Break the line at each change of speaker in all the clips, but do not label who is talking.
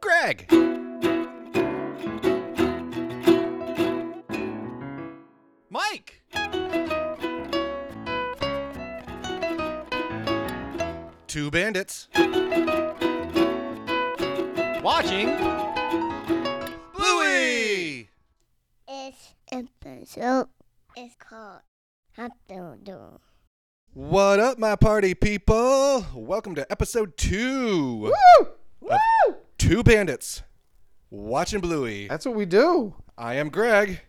bag. Mike. Two bandits. Watching. Bluey.
This episode is called Hot Doodle Doo.
What up, my party people? Welcome to episode two.
Woo!
Woo! Two bandits. Watching Bluey.
That's what we do.
I am Greg.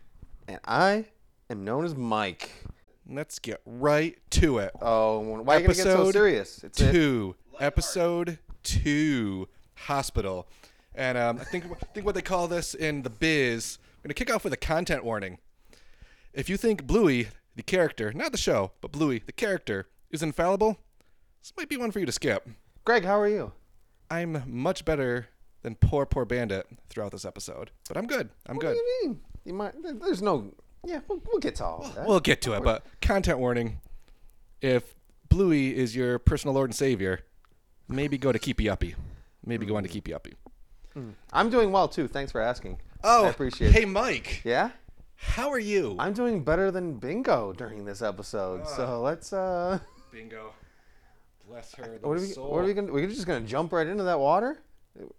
And I am known as Mike.
Let's get right to it.
Oh, why are you gonna get so
Episode
serious? It's a-
two, episode two, hospital, and um, I think I think what they call this in the biz. I'm gonna kick off with a content warning. If you think Bluey, the character, not the show, but Bluey, the character, is infallible, this might be one for you to skip.
Greg, how are you?
I'm much better than poor, poor Bandit throughout this episode, but I'm good. I'm
What
good.
do you mean? You might. there- There's no. Yeah, we'll, we'll get to all of that.
We'll get to it, but content warning: if Bluey is your personal lord and savior, maybe go to Keepy Uppy. Maybe go on to Keepy Uppy.
I'm doing well too. Thanks for asking.
Oh,
I appreciate
Hey,
it.
Mike,
Yeah,
how are you?
I'm doing better than Bingo during this episode.
Ah.
so let's. uh
Bingo. Bless her.
What are we? What are we gonna? We're just gonna jump right into that water.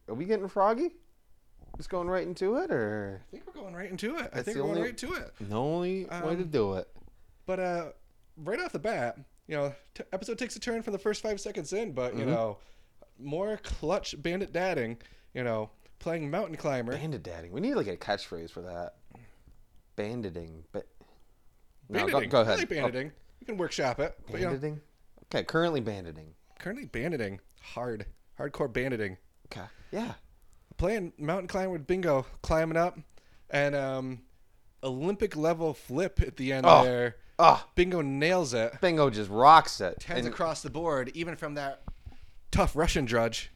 Are we getting froggy? Just going right into it, or
I think we're going right into it. I think
the
we're going
only-
right to it.
the only way to do it.
But uh, right off the bat, you know, t- episode takes a turn from the first five seconds in, but
Mm-hmm.
you know, more clutch bandit dadding. You know, playing mountain climber.
Bandit dadding. We need like a catchphrase for that. Banditing. But no,
banditing.
go, go ahead.
I like banditing. You can workshop it.
Oh,
But you know,
banditing. Okay, currently banditing.
currently banditing hard, hardcore banditing.
Okay. Yeah.
playing mountain climb with bingo climbing up and um olympic level flip at the end
Oh.
there
Ah,
bingo nails it
Bingo just rocks it.
tens
And
across the board even from that tough russian drudge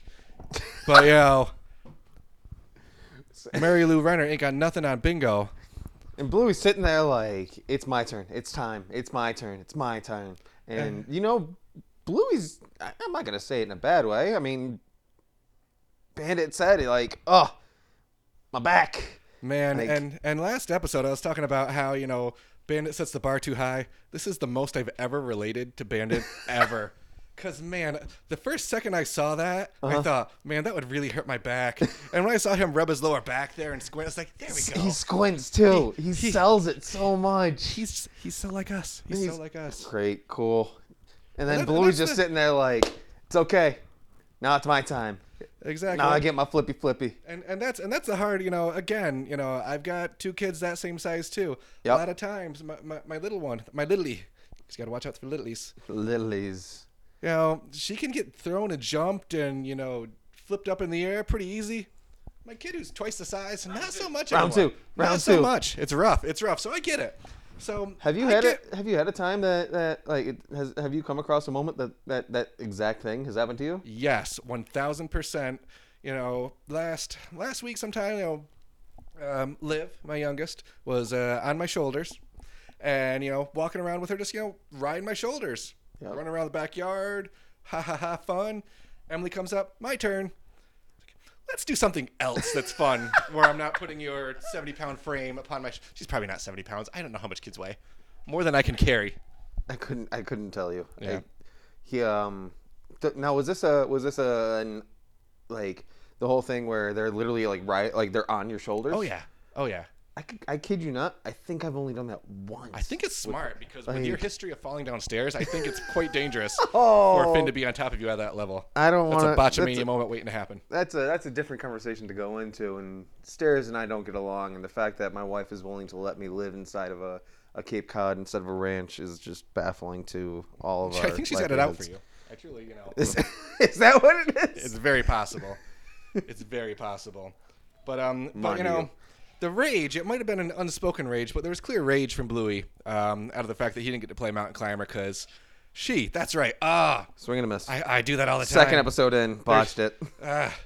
but you know mary lou renner ain't got nothing on bingo
And Bluey's sitting there like, it's my turn. It's time. It's my turn. It's my turn. And, you know, Bluey's, I- I'm not going to say it in a bad way. I mean, Bandit said it like, oh, my back.
man
Like-
and and last episode i was talking about how you know bandit sets the bar too high this is the most i've ever related to bandit ever Cause man, the first second I saw that, I thought, man, that would really hurt my back. and when I saw him rub his lower back there and squint, I was like, there we go.
He
He's
squints too. He,
he-
sells it so much.
he's, he's so like us. He's, so like us.
Great, cool. And then
that-
Bluey's
that's
just
the-
sitting there like, it's okay. Now it's my time.
Exactly.
Now I get my flippy flippy.
and and that's and that's the hard you know again you know i've got two kids that same size too a
Yep.
lot of times my, my, my little one my littly she's got to watch out for littlies
Lilies.
you know she can get thrown and jumped and you know flipped up in the air pretty easy my kid who's twice the size not so much
Round
anymore.
two. Round
not so
two.
much it's rough it's rough so i get it so
Have you
I
had
get-
it? Have you had a time that, that like it has? Have you come across a moment that that that exact thing has happened to you?
Yes, one thousand percent. You know, last last week sometime, you know, um, Liv, my youngest, was uh, on my shoulders, and you know, walking around with her, just you know, riding my shoulders,
Yep.
running around the backyard, ha ha ha, fun. Emily comes up, my turn. Let's do something else that's fun, where I'm not putting your 70 pound frame upon my. Sh- She's probably not 70 pounds. I don't know how much kids weigh. More than I can carry.
I couldn't. I couldn't tell you. I-
Yeah.
he um. Th- now was this a was this a an, like the whole thing where they're literally like right like they're on your shoulders?
Oh yeah. Oh yeah.
I, c- I kid you not. I think I've only done that once.
I think it's smart because with your history of falling downstairs, I think it's quite dangerous for Finn to be on top of you at that level.
Oh, I don't
That's a
wanna-
botchamania
that's a-
moment waiting to happen.
that's a that's a different conversation to go into and stairs and i don't get along and the fact that my wife is willing to let me live inside of a, a cape cod instead of a ranch is just baffling to all of us
I think she's had it out for you. I truly, you know,
is, is that what it
it's
is
very possible. it's very possible. But um, but you
Mind
know,
you.
the rage. It might have been an unspoken rage, but there was clear rage from Bluey um, out of the fact that he didn't get to play mountain climber because she. That's right. Ah,
swing and a miss
I, I do that all the time.
second episode in botched it
Ah.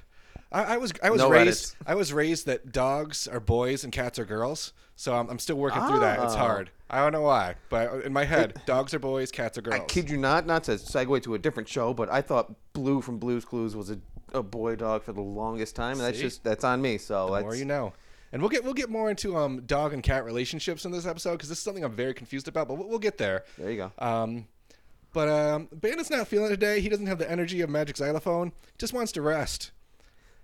I, I was I was
No
raised
edits.
I was raised that dogs are boys and cats are girls. So I'm, I'm still working through that. It's
Oh.
hard. I don't know why, but in my head, dogs are boys, cats are girls.
kid you not not to segue to a different show but i thought blue from blues clues was a a boy dog for the longest time, and that's
See?
just that's on me. So
The
that's
more you know. And we'll get we'll get more into um dog and cat relationships in this episode because this is something I'm very confused about, but we'll, we'll get there.
there you go.
Um, but um, Bandit's not feeling it today. He doesn't have the energy of Magic Xylophone. Just wants to rest.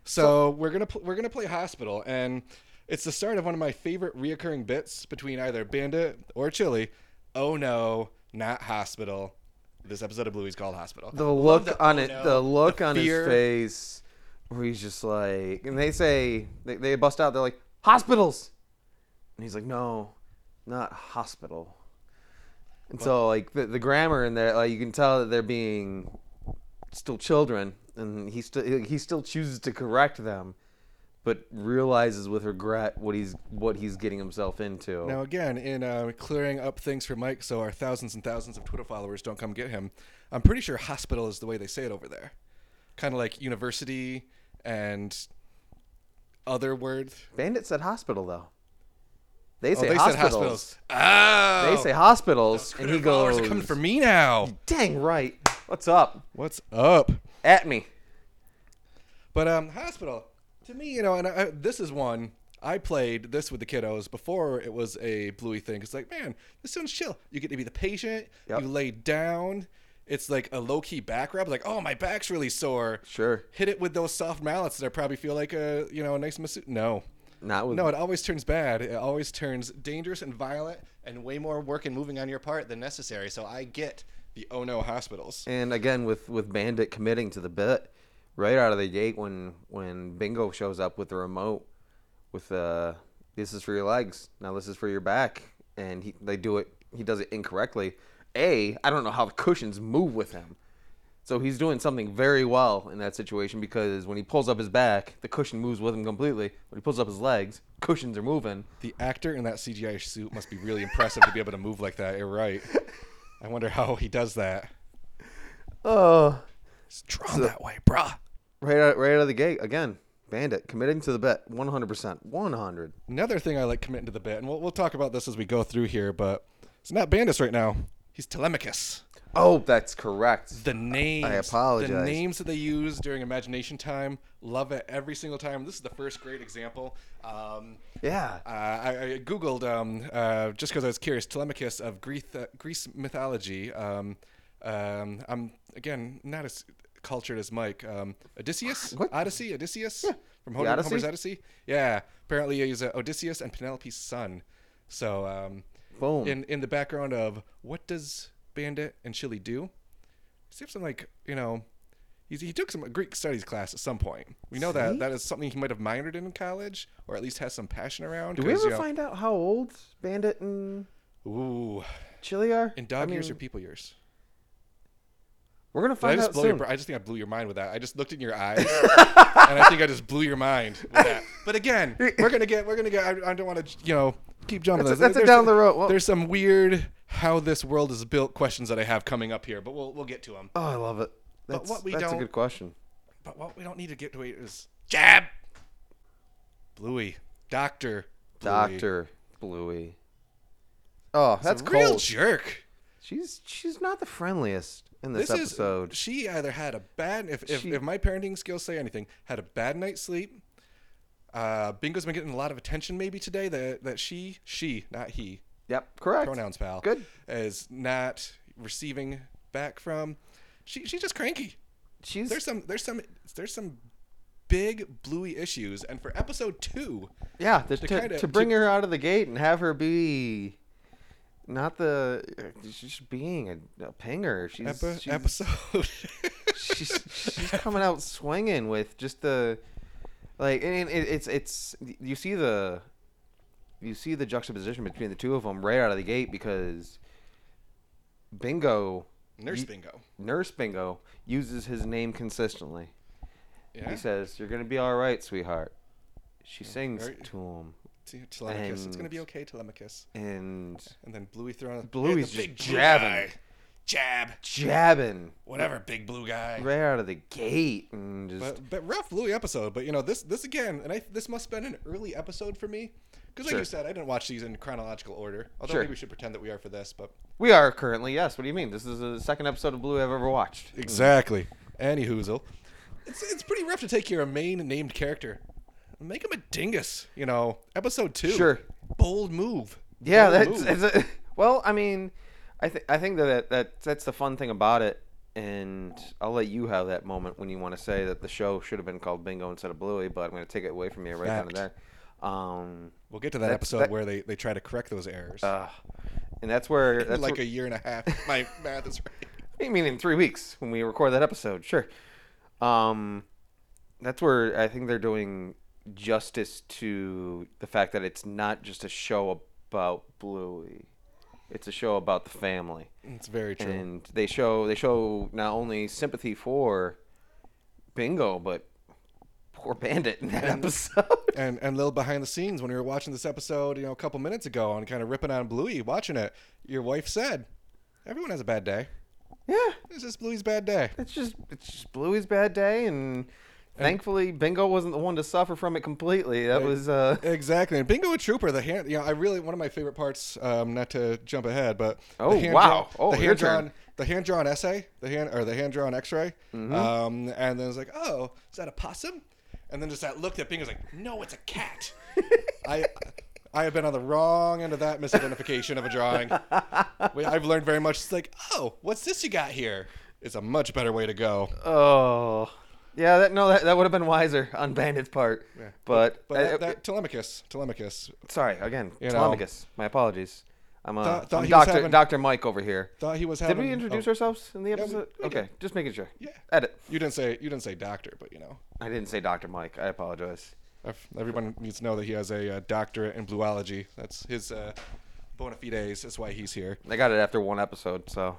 So, we're gonna pl- we're gonna play Hospital, and it's the start of one of my favorite reoccurring bits between either Bandit or Chili. Oh no, not Hospital. This episode of Bluey's called Hospital.
the look on it,
no,
the look on
fear.
his face, where he's just like, and they say they, they bust out, they're like hospitals, and he's like, no, not hospital. And so like the, the grammar in there, like you can tell that they're being still children, and he still he still chooses to correct them, but realizes with regret what he's what he's getting himself into.
Now, again, in uh, clearing up things for Mike so our thousands and thousands of Twitter followers don't come get him, I'm pretty sure hospital is the way they say it over there. Kind of like university and other words.
Bandit said hospital though. They
Oh,
say
they
hospitals.
said hospitals. Oh!
They say hospitals, and
Twitter
he
followers
goes,
are coming for me now.
"Dang right, what's up?
What's up?
At me."
But um, hospital to me, you know, and I, this is one I played this with the kiddos before it was a bluey thing. It's like, man, this sounds chill. You get to be the patient.
Yep.
You lay down. It's like a low key back rub. Like, oh, my back's really sore.
Sure,
Hit it with those soft mallets that I probably feel like a you know a nice masseuse. No,
not with
no, it always turns bad. It always turns dangerous and violent, and way more work and moving on your part than necessary. So I get the oh no hospitals.
and again with with Bandit committing to the bit right out of the gate when when Bingo shows up with the remote with uh this is for your legs now this is for your back and he they do it he does it incorrectly a I don't know how the cushions move with him so he's doing something very well in that situation because when he pulls up his back the cushion moves with him completely when he pulls up his legs cushions are moving
The actor in that CGI suit must be really impressive to be able to move like that. You're right. I wonder how he does that.
oh
It's drawn that way, bruh.
right out right out of the gate again Bandit committing to the bet 100% 100
Another thing I like committing to the bit, and we'll, we'll talk about this as we go through here, but it's not Bandus right now. He's Telemachus.
Oh, that's correct.
The names. The
apologize.
names that they use during imagination time. Love it every single time. This is the first great example. Um,
Yeah.
uh, I, I googled um, uh, just because I was curious. Telemachus of Greek uh, Greece mythology. Um, um, I'm again not as cultured as Mike. Um, Odysseus,
What?
Odyssey, Odysseus from
The
Homer,
Odyssey?
Homer's Odyssey. Yeah, apparently he's uh, Odysseus and Penelope's son. So um,
Boom.
in in the background of what does Bandit and Chili do? See if some like you know. He's, he took some Greek studies class at some point. We know that
See?
that is something he might have minored in in college, or at least has some passion around.
Do we
'cause,
ever
you know-
find out how old Bandit and
Ooh,
Chili are?
in dog
I
years or
mean,
people years?
We're gonna
Did I
find
just
out
blow your.
soon.
br- I just think I blew your mind with that. I just looked in your eyes, and I think I just blew your mind with that. But again, we're gonna get. We're gonna get. I, I don't want to. You know, keep jumping. this.
That's a- that's a
There's-
down the road- well-
there's some weird how this world is built questions that I have coming up here, but we'll we'll get to them.
Oh, I love it. That's,
what we
that's
don't-
a good question.
But what we don't need to get to is jab. Bluey, Doctor.
Doctor Bluey. Oh, that's
That's real
cold.
jerk.
she's she's not the friendliest in this,
This
episode.
is she either had a bad if if,
She-
if my parenting skills say anything had a bad night's sleep. Uh, Bingo's been getting a lot of attention maybe today that that she she not he
yep, correct.
pronouns pal
Good.
is not receiving back from. She she's just cranky.
She's
There's some there's some there's some big bluey issues and for episode two
yeah to, to,
kinda-
to bring
to-
her out of the gate and have her be not the she's just being a, a pinger. She's,
epi-
she's
episode
she's she's coming out swinging with just the like and it, it's it's you see the you see the juxtaposition between the two of them right out of the gate because bingo
nurse
you-
bingo
nurse bingo uses his name consistently
yeah
he says you're gonna be all right sweetheart she sings
Right.
to him
Te- Telemachus it's gonna be
and-
okay Telemachus
and
and then Bluey throwing a-
Bluey's
the
just
big blue
jabbing.
guy. jab
jabbing
whatever big blue guy
right out of the gate and just
but, but rough Bluey episode but you know this this again and I this must have been an early episode for me because like
Sure.
you said I didn't watch these in chronological order although
Sure.
maybe we should pretend that we are for this but
we are currently yes what do you mean this is the second episode of blue i've ever watched
exactly any hoozle It's, it's pretty rough to take your main named character. Make him a dingus, you know. Episode two.
Sure.
Bold move.
Yeah,
Bold
that's,
move.
that's a, well. I mean, I think I think that, that that's the fun thing about it, and I'll let you have that moment when you want to say that the show should have been called Bingo instead of Bluey, but I'm going to take it away from you right down to
Fact.
there. Um,
We'll get to that episode
that-
where they, they try to correct those errors.
uh, and that's where that's
like
where-
a year and a half. My math is right.
I mean, in three weeks when we record that episode, sure. Um, that's where I think they're doing justice to the fact that it's not just a show about Bluey; it's a show about the family,
It's very true.
and they show they show not only sympathy for Bingo, but poor Bandit in that episode.
and and little behind the scenes when we were watching this episode, you know, a couple minutes ago, and kind of ripping on Bluey, watching it, your wife said, "Everyone has a bad day.
yeah,
It's just Bluey's bad day."
it's just it's just Bluey's bad day, and, thankfully Bingo wasn't the one to suffer from it completely. That was uh.
Exactly, and Bingo a Trooper. The hand, you know, I really one of my favorite parts. Um, not to jump ahead, but
Oh,
the hand
wow.
drawn,
Oh,
the
your
hand
turn.
drawn, the hand drawn essay, the hand or the hand drawn X-ray.
Mm-hmm.
Um, and then it's like, oh, is that a possum? And then just that look that Bingo's like, no, it's a cat. I. I have been on the wrong end of that misidentification of a drawing. We- I've learned very much. It's like, oh, what's this you got here? It's a much better way to go.
Oh, yeah. That no, that, that would have been wiser on Bandit's part. But,
But
uh,
that,
uh,
that Telemachus, Telemachus,
sorry again,
you know.
Telemachus. My apologies. I'm, uh,
Thought- thought
I'm
he was
Doctor
having-
Doctor Mike over here.
thought he was
Did
having.
we introduce
oh,
ourselves in the
we-
episode?
we did.
okay, just making sure.
Yeah.
Edit.
You didn't say you didn't say doctor, but you know,
I didn't say Doctor Mike. I apologize.
Ev- everyone needs to know that he has a uh, doctorate in bluology. That's his uh, bona fides. That's why he's here.
I got it after one episode, so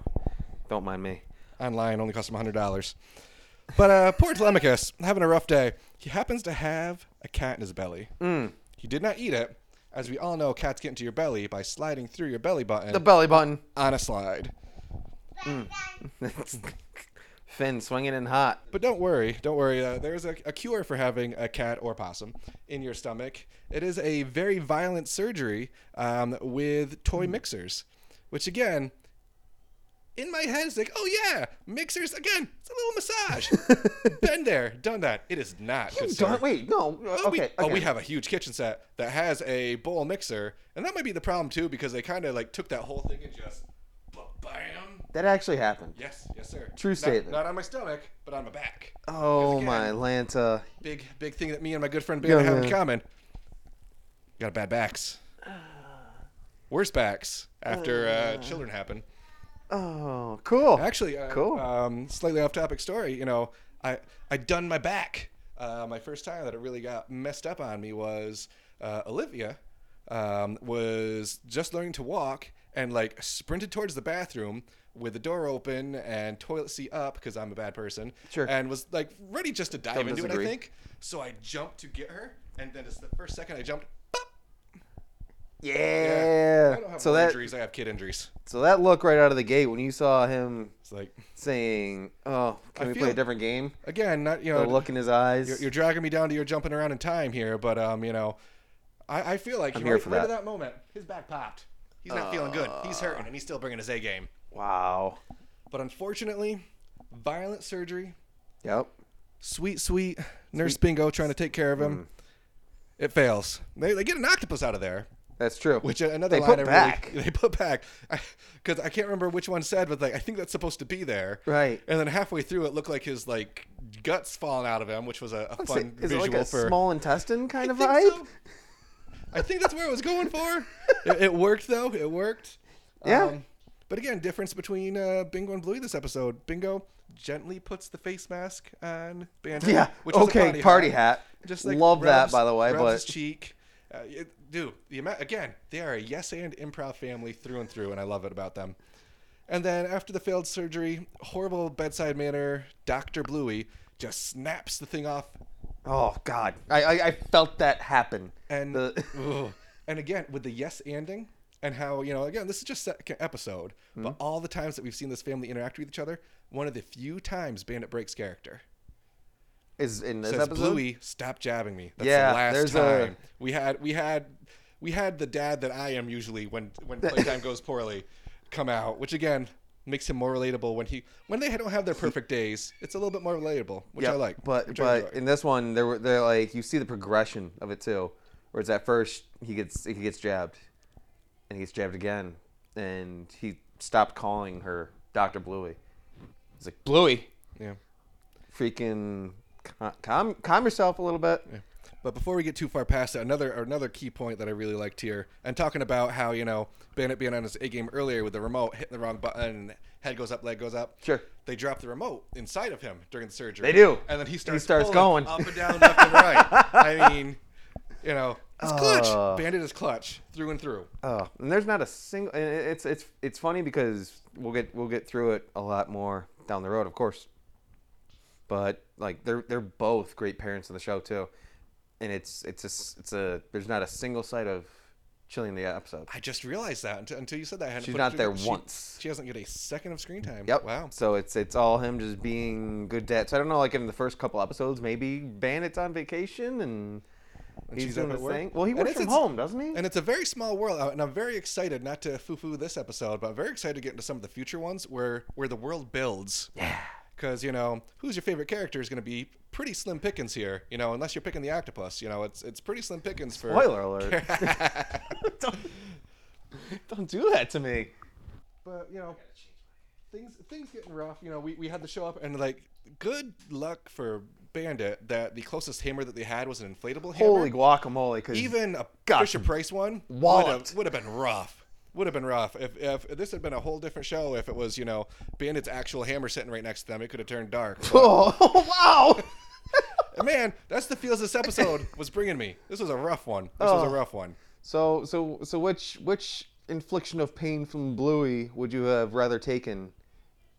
don't mind me.
Online only costs him hundred dollars. But uh, poor Telemachus, having a rough day. He happens to have a cat in his belly. He did not eat it, as we all know. Cats get into your belly by sliding through your belly button
The belly button.
on a slide.
Finn swinging in hot.
But don't worry, don't worry. Uh, there's a, a cure for having a cat or possum in your stomach. It is a very violent surgery um, with toy
Hmm.
mixers, which again, in my head, it's like, oh yeah, mixers again. It's a little massage. Been there, done that. It is not. good sir.
Don't wait. No. uh,
Oh,
okay.
we, oh, we
okay.
have a huge kitchen set that has a bowl mixer, and that might be the problem too because they kind of like took that whole thing and just, bam.
That actually happened.
Yes, yes, sir.
True
Not-
statement.
Not on my stomach, but on my back
Oh
again-
my Lanta.
big big thing that me and my good friend Ben have in
Yeah.
common. Got a bad backs. Worse backs after uh, children happen.
Oh, cool.
Actually, uh,
Cool.
Um, slightly off topic story. You know, I I done my back. Uh, my first time that it really got messed up on me was uh, Olivia um, was just learning to walk and like sprinted towards the bathroom with the door open and toilet seat up because I'm a bad person.
Sure.
And was like ready just to dive
Don't
into
disagree.
it. I think so. I jumped to get her, and then it's the first second I jumped. Pop!
Yeah.
I don't have
So
more
that
injuries. I have kid injuries.
so that look right out of the gate when you saw him
It's like
saying, "Oh, can
I
we play
feel-
a different game?"
again, not you know.
The look in his eyes.
you're, you're dragging me down to your jumping around in time here, but um, you know, I, I feel like
I'm
right,
here for
right
that.
at that moment, his back popped. He's not feeling good. He's hurting, and he's still bringing his A game.
wow.
But unfortunately, violent surgery,
Yep.
sweet, sweet nurse Bingo trying to take care of
Mm.
him. It fails. They, they get an octopus out of there,
That's true.
which uh, another
They
line
put
I
back.
really they put back because I, can't remember which one said, but like I think that's supposed to be there.
Right.
And then halfway through, it looked like his like guts falling out of him, which was a, a
Is
fun
it- is it
visual
like a
for
small intestine kind of
think
vibe?
so. I think that's where it was going for. it, it worked though. It worked. Um,
Yeah.
but again, difference between uh, Bingo and Bluey this episode. Bingo gently puts the face mask on Bandit.
Yeah.
Which is a
okay. party hat.
Just like
love
rubs-
that by the way,
rubs his
but
cheek. Uh, it- dude, the amount, again, they are a yes and improv family through and through, and I love it about them. And then after the failed surgery, horrible bedside manner, Doctor Bluey just snaps the thing off
oh god, I, I I felt that happen.
and
The-
Ugh. and again with the yes anding and how you know again this is just second episode, but
Hmm.
all the times that we've seen this family interact with each other, one of the few times Bandit breaks character.
is in this
Says
episode.
Bluey, stop jabbing me. That's
Yeah,
the last
there's a-
time we had we had we had the dad that I am usually when when playtime goes poorly come out, which again makes him more relatable when he when they don't have their perfect days. It's a little bit more relatable, which I like.
But
which I
but
enjoy.
in this one, there were they're like you see the progression of it too, whereas at first he gets he gets jabbed, and he gets jabbed again, and he stopped calling her Doctor Bluey. He's like Bluey,
yeah.
freaking ca- calm calm yourself a little bit.
But before we get too far past it, another another key point that I really liked here, and talking about how you know Bandit being on his A game earlier with the remote hitting the wrong button, head goes up, leg goes up.
Sure.
They drop the remote inside of him during the surgery.
They do.
and then he
He
starts
starts
pulling
going.
up and down, left and right. I mean, you know, it's clutch.
Uh.
Bandit is clutch through and through.
Oh, and there's not a single. and it- It's it's it's funny because we'll get we'll get through it a lot more down the road, of course. But like they're they're both great parents in the show too, and it's it's a s- it's a there's not a single sight of Chili in the episode.
I just realized that until, until you said that. I hadn't
She's
put it
not
together.
there
She-
once.
She doesn't get a second of screen time.
Yep.
Wow.
So it's it's all him just being good dad. So I don't know, like in the first couple episodes, maybe Bandit's on vacation and,
And
he's
she's
doing
up at
his
work.
thing. Well, he
And
works
it's-
from
it's-
home, doesn't he?
And it's a very small world, uh, and I'm very excited not to foo-foo this episode, but I'm very excited to get into some of the future ones where where the world builds. Yeah. Because you know, who's your favorite character is going to be pretty slim pickings here. You know, unless you're picking the octopus. You know, it's it's pretty slim pickings for.
Spoiler alert! don't, don't do that to me.
But you know, things things getting rough. You know, we we had to show up, and like, good luck for Bandit that the closest hammer that they had was an inflatable hammer.
Holy guacamole! Because
even a
Got
Fisher Price one would
walloped.
have, would have been rough. Would have been rough if, if this had been a whole different show. If it was you know Bandit's actual hammer sitting right next to them, it could have turned dark. But,
oh wow!
man, that's the feels this episode was bringing me. This was a rough one. This was a
Oh.
rough one.
so so so which which infliction of pain from Bluey would you have rather taken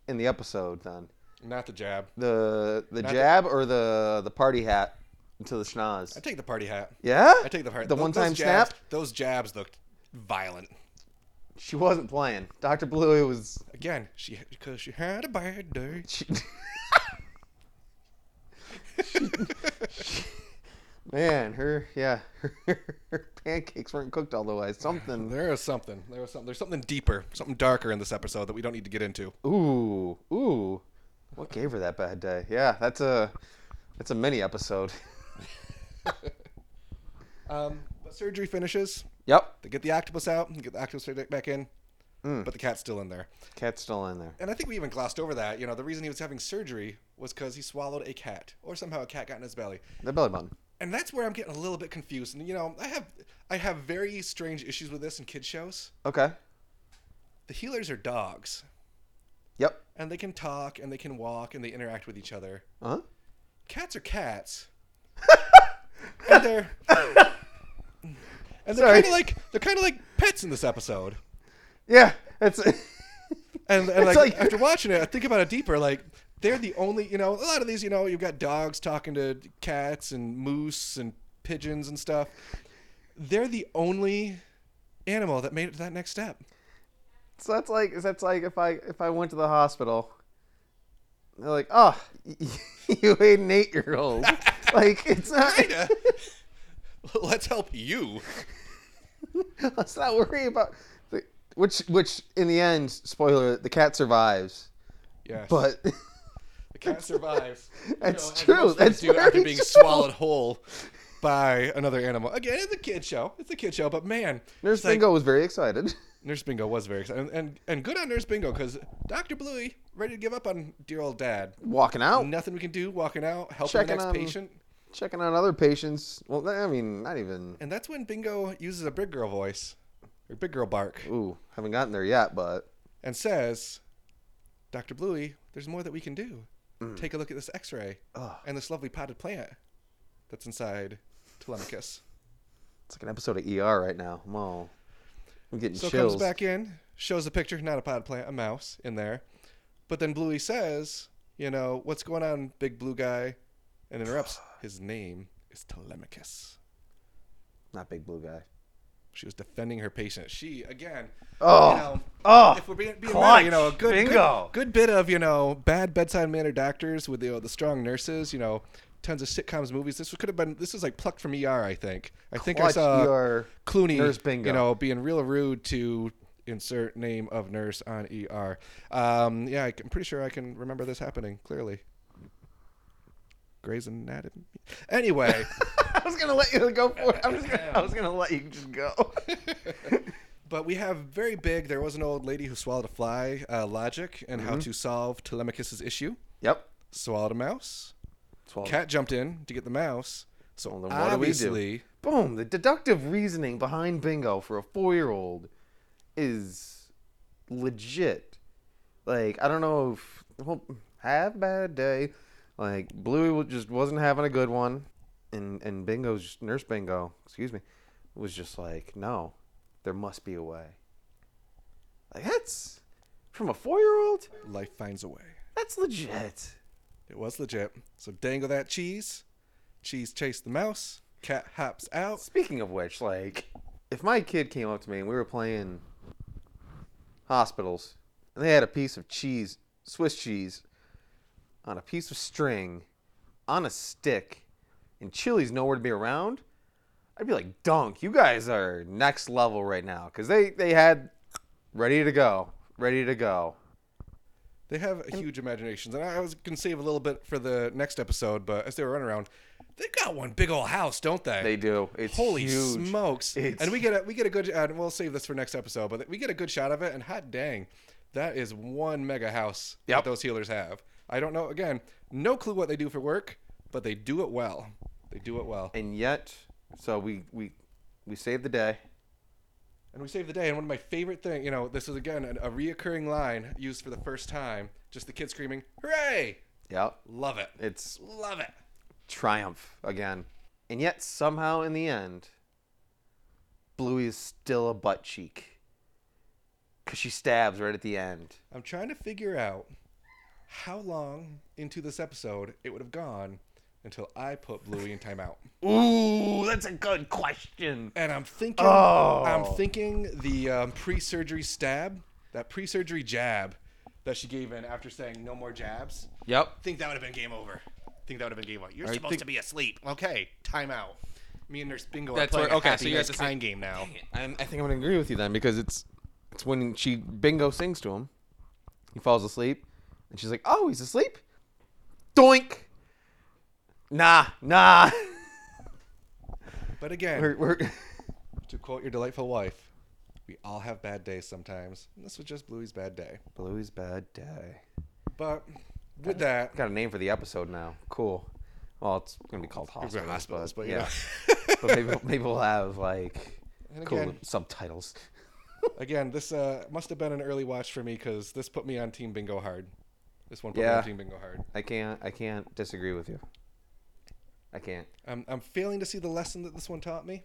in the episode then?
Not the jab.
The the
Not the-
jab or the the party hat to the schnoz?
I take the party hat.
yeah,
I take the party.
The
those-
one
those
time
jabs-
snap.
Those jabs looked violent.
She wasn't playing. Doctor Bluey was.
Again, she because she had a bad day.
She, man, her yeah, her pancakes weren't cooked all the way. Something
There is something. There was something. There's something deeper, something darker in this episode that we don't need to get into.
Ooh, ooh. What gave her that bad day? Yeah, that's a that's a mini episode.
Um, but surgery finishes.
Yep.
They get the octopus out, and get the octopus right back in, but the cat's still in there.
Cat's still in there.
And I think we even glossed over that. You know, the reason he was having surgery was because he swallowed a cat, or somehow a cat got in his belly.
The belly button.
And that's where I'm getting a little bit confused. And you know, I have I have very strange issues with this in kids shows.
Okay.
The healers are dogs,
Yep.
and they can talk, and they can walk, and they interact with each other.
Uh huh.
Cats are cats, and they're and they're
Sorry.
kind of like they're kind of like pets in this episode.
Yeah. It's
And, and
It's
like,
like-
after watching it, I think about it deeper. Like they're the only, you know, a lot of these, you know, you've got dogs talking to cats and moose and pigeons and stuff. They're the only animal that made it to that next step.
so that's like that's like if I if I went to the hospital. They're like, oh, you ate an eight year old. like it's not.
Kinda. Let's help you.
Let's not worry about. The, which which in the end, spoiler, the cat survives,
Yes,
but.
the cat survives. You
That's
as
true.
most
That's
things do after
very
being
true.
swallowed whole by another animal. Again, it's a kid show. It's a kid show, but man,
Nurse
it's like-
Bingo was very excited.
Nurse Bingo was very excited, and and, and good on Nurse Bingo because Doctor Bluey ready to give up on dear old dad.
Walking out.
Nothing we can do. Walking out, helping
Oh. Checking
the next
on-
patient,
checking on other patients. Well, I mean, not even.
and that's when Bingo uses a big girl voice, or big girl bark,
Ooh, haven't gotten there yet, but
and says, "Doctor Bluey, there's more that we can do.
Mm.
Take a look at this X-ray and this lovely potted plant that's inside Telemachus."
it's like an episode of ER right now. I'm all, I'm getting
So
chills.
comes back in, shows a picture, not a potted plant, a mouse in there. But then Bluey says, you know, what's going on, big blue guy? And interrupts. His name is Telemachus.
Not big blue guy.
She was defending her patient. She, again,
Oh.
you know,
Oh,
if we're being, being meta,
clutch.
you know, a good,
Bingo.
good, good bit of, you know, bad bedside manner doctors with, you know, the strong nurses, you know, tons of sitcoms, movies. This could have been, this is like plucked from ER, I think. I think I
Clutch
saw
ER
Clooney,
nurse bingo.
you know, being real rude to insert name of nurse on ER. Um, yeah, I c- I'm pretty sure I can remember this happening clearly. Grey's Anatomy. Anyway,
I was gonna let you go for it. I was gonna, I was gonna let you just go.
but we have very big. There was an old lady who swallowed a fly. Uh, logic and
Mm-hmm.
how to solve Telemachus's issue.
yep.
Swallowed a mouse.
Twelve.
Cat jumped in to get the mouse. So
Well, then what do we do?
obviously,
Boom. The deductive reasoning behind bingo for a four-year-old is legit. Like I don't know if well, have a bad day. Like Bluey wa- just wasn't having a good one, and and Bingo's nurse Bingo, excuse me, was just like, no, there must be a way. Like that's from a four-year-old.
life finds a way.
That's legit.
It was legit. So dangle that cheese. Cheese chased the mouse. Cat hops out.
Speaking of which, like, if my kid came up to me and we were playing hospitals, and they had a piece of cheese, Swiss cheese, on a piece of string, on a stick, and chili's nowhere to be around, I'd be like, Dunk, you guys are next level right now. Because they, they had ready to go, ready to go.
They have huge imaginations, and I was gonna save a little bit for the next episode. But as they were running around, they got one big old house, don't they?
They do. It's
Holy
huge.
smokes!
It's-
And we get a we get a good and we'll save this for next episode. But we get a good shot of it, and hot dang, that is one mega house
Yep.
that those healers have. I don't know. Again, no clue what they do for work, but they do it well. They do it well.
and yet, so we, we, we saved the day.
And we saved the day. And one of my favorite thing, you know, this is again an, a reoccurring line used for the first time. Just the kid screaming, "Hooray!"
Yep.
Love it.
It's
Love it.
triumph again. And yet, somehow, in the end, Bluey is still a butt cheek. Because she stabs right at the end.
I'm trying to figure out how long into this episode it would have gone until I put Bluey in timeout.
Ooh, that's a good question.
And I'm thinking,
Oh.
I'm thinking the um, pre-surgery stab, that pre-surgery jab that she gave in after saying no more jabs.
Yep.
I think that would have been game over. I think that would have been game over. You're
I
supposed
think-
to be asleep. Okay, timeout. Me and Nurse Bingo
That's
are playing
where- okay,
a
so
happy
you guys
nice
are saying-
kind game now.
And I think I'm going to agree with you then because it's it's when she bingo sings to him. He falls asleep. And she's like, oh, he's asleep? Doink. Nah, nah.
But again,
we're, we're,
to quote your delightful wife, we all have bad days sometimes. And this was just Bluey's bad day.
Bluey's bad day.
But with that,
Got a name for the episode now. Cool. Well, it's gonna be called
Those are hospitals,
hospitals.
but,
yeah.
you know.
but maybe maybe we'll have like
And
cool
again-
subtitles.
Again, this uh, must have been an early watch for me because this put me on Team Bingo hard. This one put me
Yeah.
on Team Bingo hard.
I can't I can't disagree with you. I can't.
I'm, I'm failing to see the lesson that this one taught me.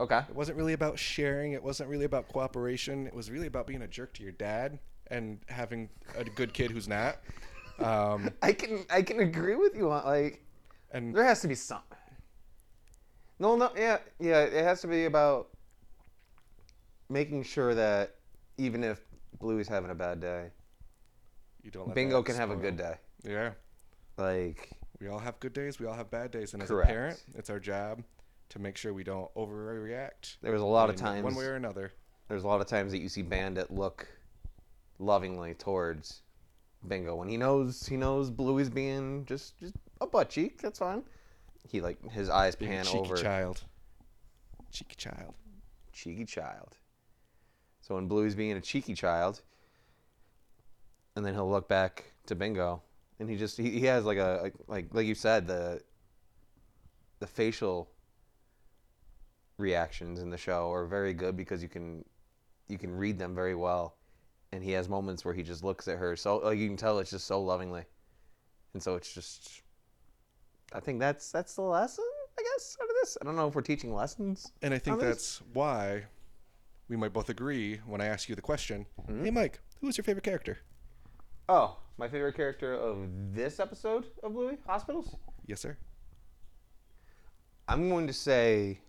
Okay.
It wasn't really about sharing. It wasn't really about cooperation. It was really about being a jerk to your dad and having a good kid who's not. Um,
I can I can agree with you on like
and
there has to be something. No, no, yeah, yeah. It has to be about making sure that even if Bluey's having a bad day,
you don't. Let
Bingo
that
can have a
spoil.
good day.
Yeah,
Like
we all have good days. We all have bad days, and as
Correct.
a parent, it's our job to make sure we don't overreact.
there was a lot of
in
times
one way or another.
there's a lot of times that you see Bandit look lovingly towards Bingo when he knows he knows Bluey's being just just a butt cheek. That's fine. He like his eyes
Being a
pan
cheeky
over
child. Cheeky child.
cheeky child. So when Bluey's being a cheeky child, and then he'll look back to Bingo, and he just he, he has like a like- like like you said the the facial reactions in the show are very good because you can you can read them very well, and he has moments where he just looks at her so like you can tell it's just so lovingly, and so it's just I think that's that's the lesson I guess out of this. I don't know if we're teaching lessons.
And I think
Others?
that's why we might both agree when I ask you the question
Hmm?
Hey, Mike, who is your favorite character?
Oh, my favorite character of this episode of Bluey Hospitals?
Yes, sir.
I'm going to say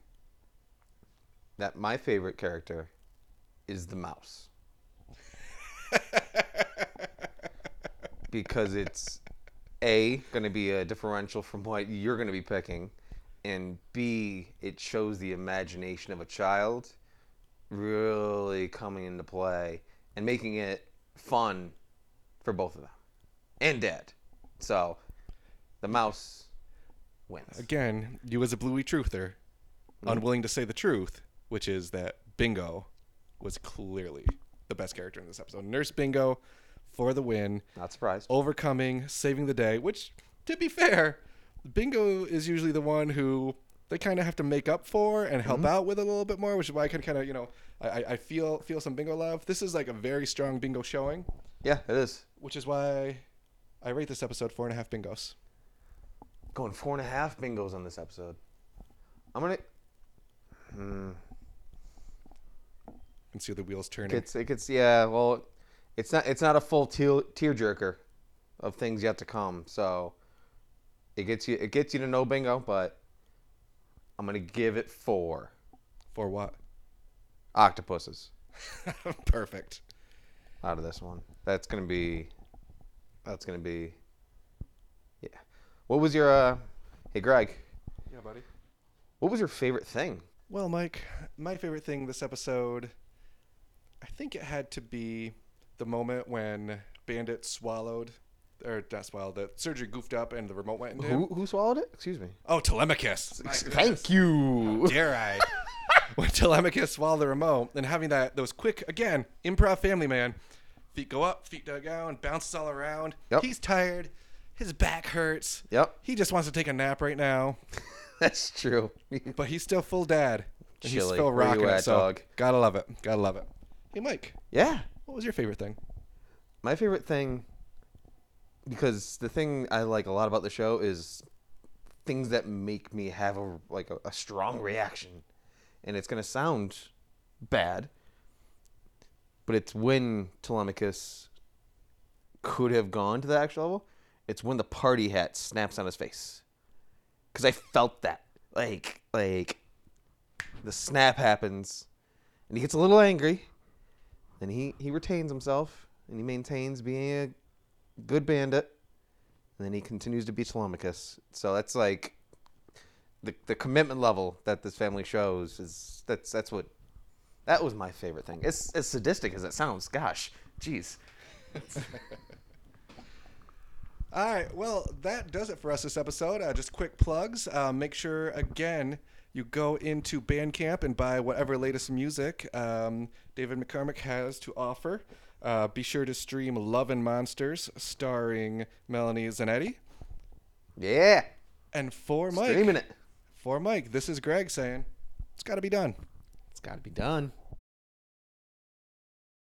that my favorite character is the mouse. because it's A, going to be a differential from what you're going to be picking, and B, it shows the imagination of a child really coming into play and making it fun for both of them and Dad. So the mouse wins.
Again, you as a bluey truther,
Hmm.
unwilling to say the truth, which is that Bingo was clearly the best character in this episode. Nurse Bingo for the win,
Not surprised.
overcoming, saving the day, which, to be fair, Bingo is usually the one who they kind of have to make up for and help out with a little bit more, which is why I can kind of, you know, I, I- I feel feel some Bingo love. This is like a very strong Bingo showing,
Yeah, it is.
which is why I rate this episode four and a half Bingos.
Going four and a half bingos on this episode. I'm gonna. Hmm.
And see the wheels turning.
It's it gets yeah. Well, it's not it's not a full tear tearjerker of things yet to come. So it gets you it gets you to no bingo, but I'm gonna give it four
For what?
octopuses
Perfect.
out of this one. That's gonna be that's gonna be yeah. What was your uh? Hey Greg,
Yeah, buddy.
what was your favorite thing?
Well, Mike, my favorite thing this episode, I think it had to be the moment when Bandit swallowed, or not swallowed, the surgery goofed up and the remote went into
Who
him.
who swallowed it? Excuse me.
Oh, Telemachus. My
Thank you.
Dare I? when Telemachus swallowed the remote and having that, those quick, again, improv family man, feet go up, feet dug down, bounces all around.
Yep.
He's tired. His back hurts.
Yep,
He just wants to take a nap right now.
that's true.
But he's still full dad. And he's
Chili,
still
where you
rocking it.
at,
So
dog?
gotta love it. Gotta love it. Hey, Mike,
yeah.
what was your favorite thing?
My favorite thing, because the thing I like a lot about the show is things that make me have a like a, a strong reaction, and it's gonna sound bad, but it's when Telemachus could have gone to the actual level. It's when the party hat snaps on his face, because I felt that like like the snap happens, and he gets a little angry, and he he retains himself and he maintains being a good bandit and then he continues to be Telemachus. So that's like the the commitment level that this family shows is that's that's what that was my favorite thing. It's as sadistic as it sounds. Gosh, jeez.
All right. Well, that does it for us this episode. Uh, just quick plugs. Uh, make sure, again, you go into Bandcamp and buy whatever latest music um, David McCormick has to offer. Uh, be sure to stream Love and Monsters, starring Melanie Zanetti.
Yeah,
And for Mike,
streaming it.
for Mike, this is Greg saying, it's got to be done.
It's got to be done.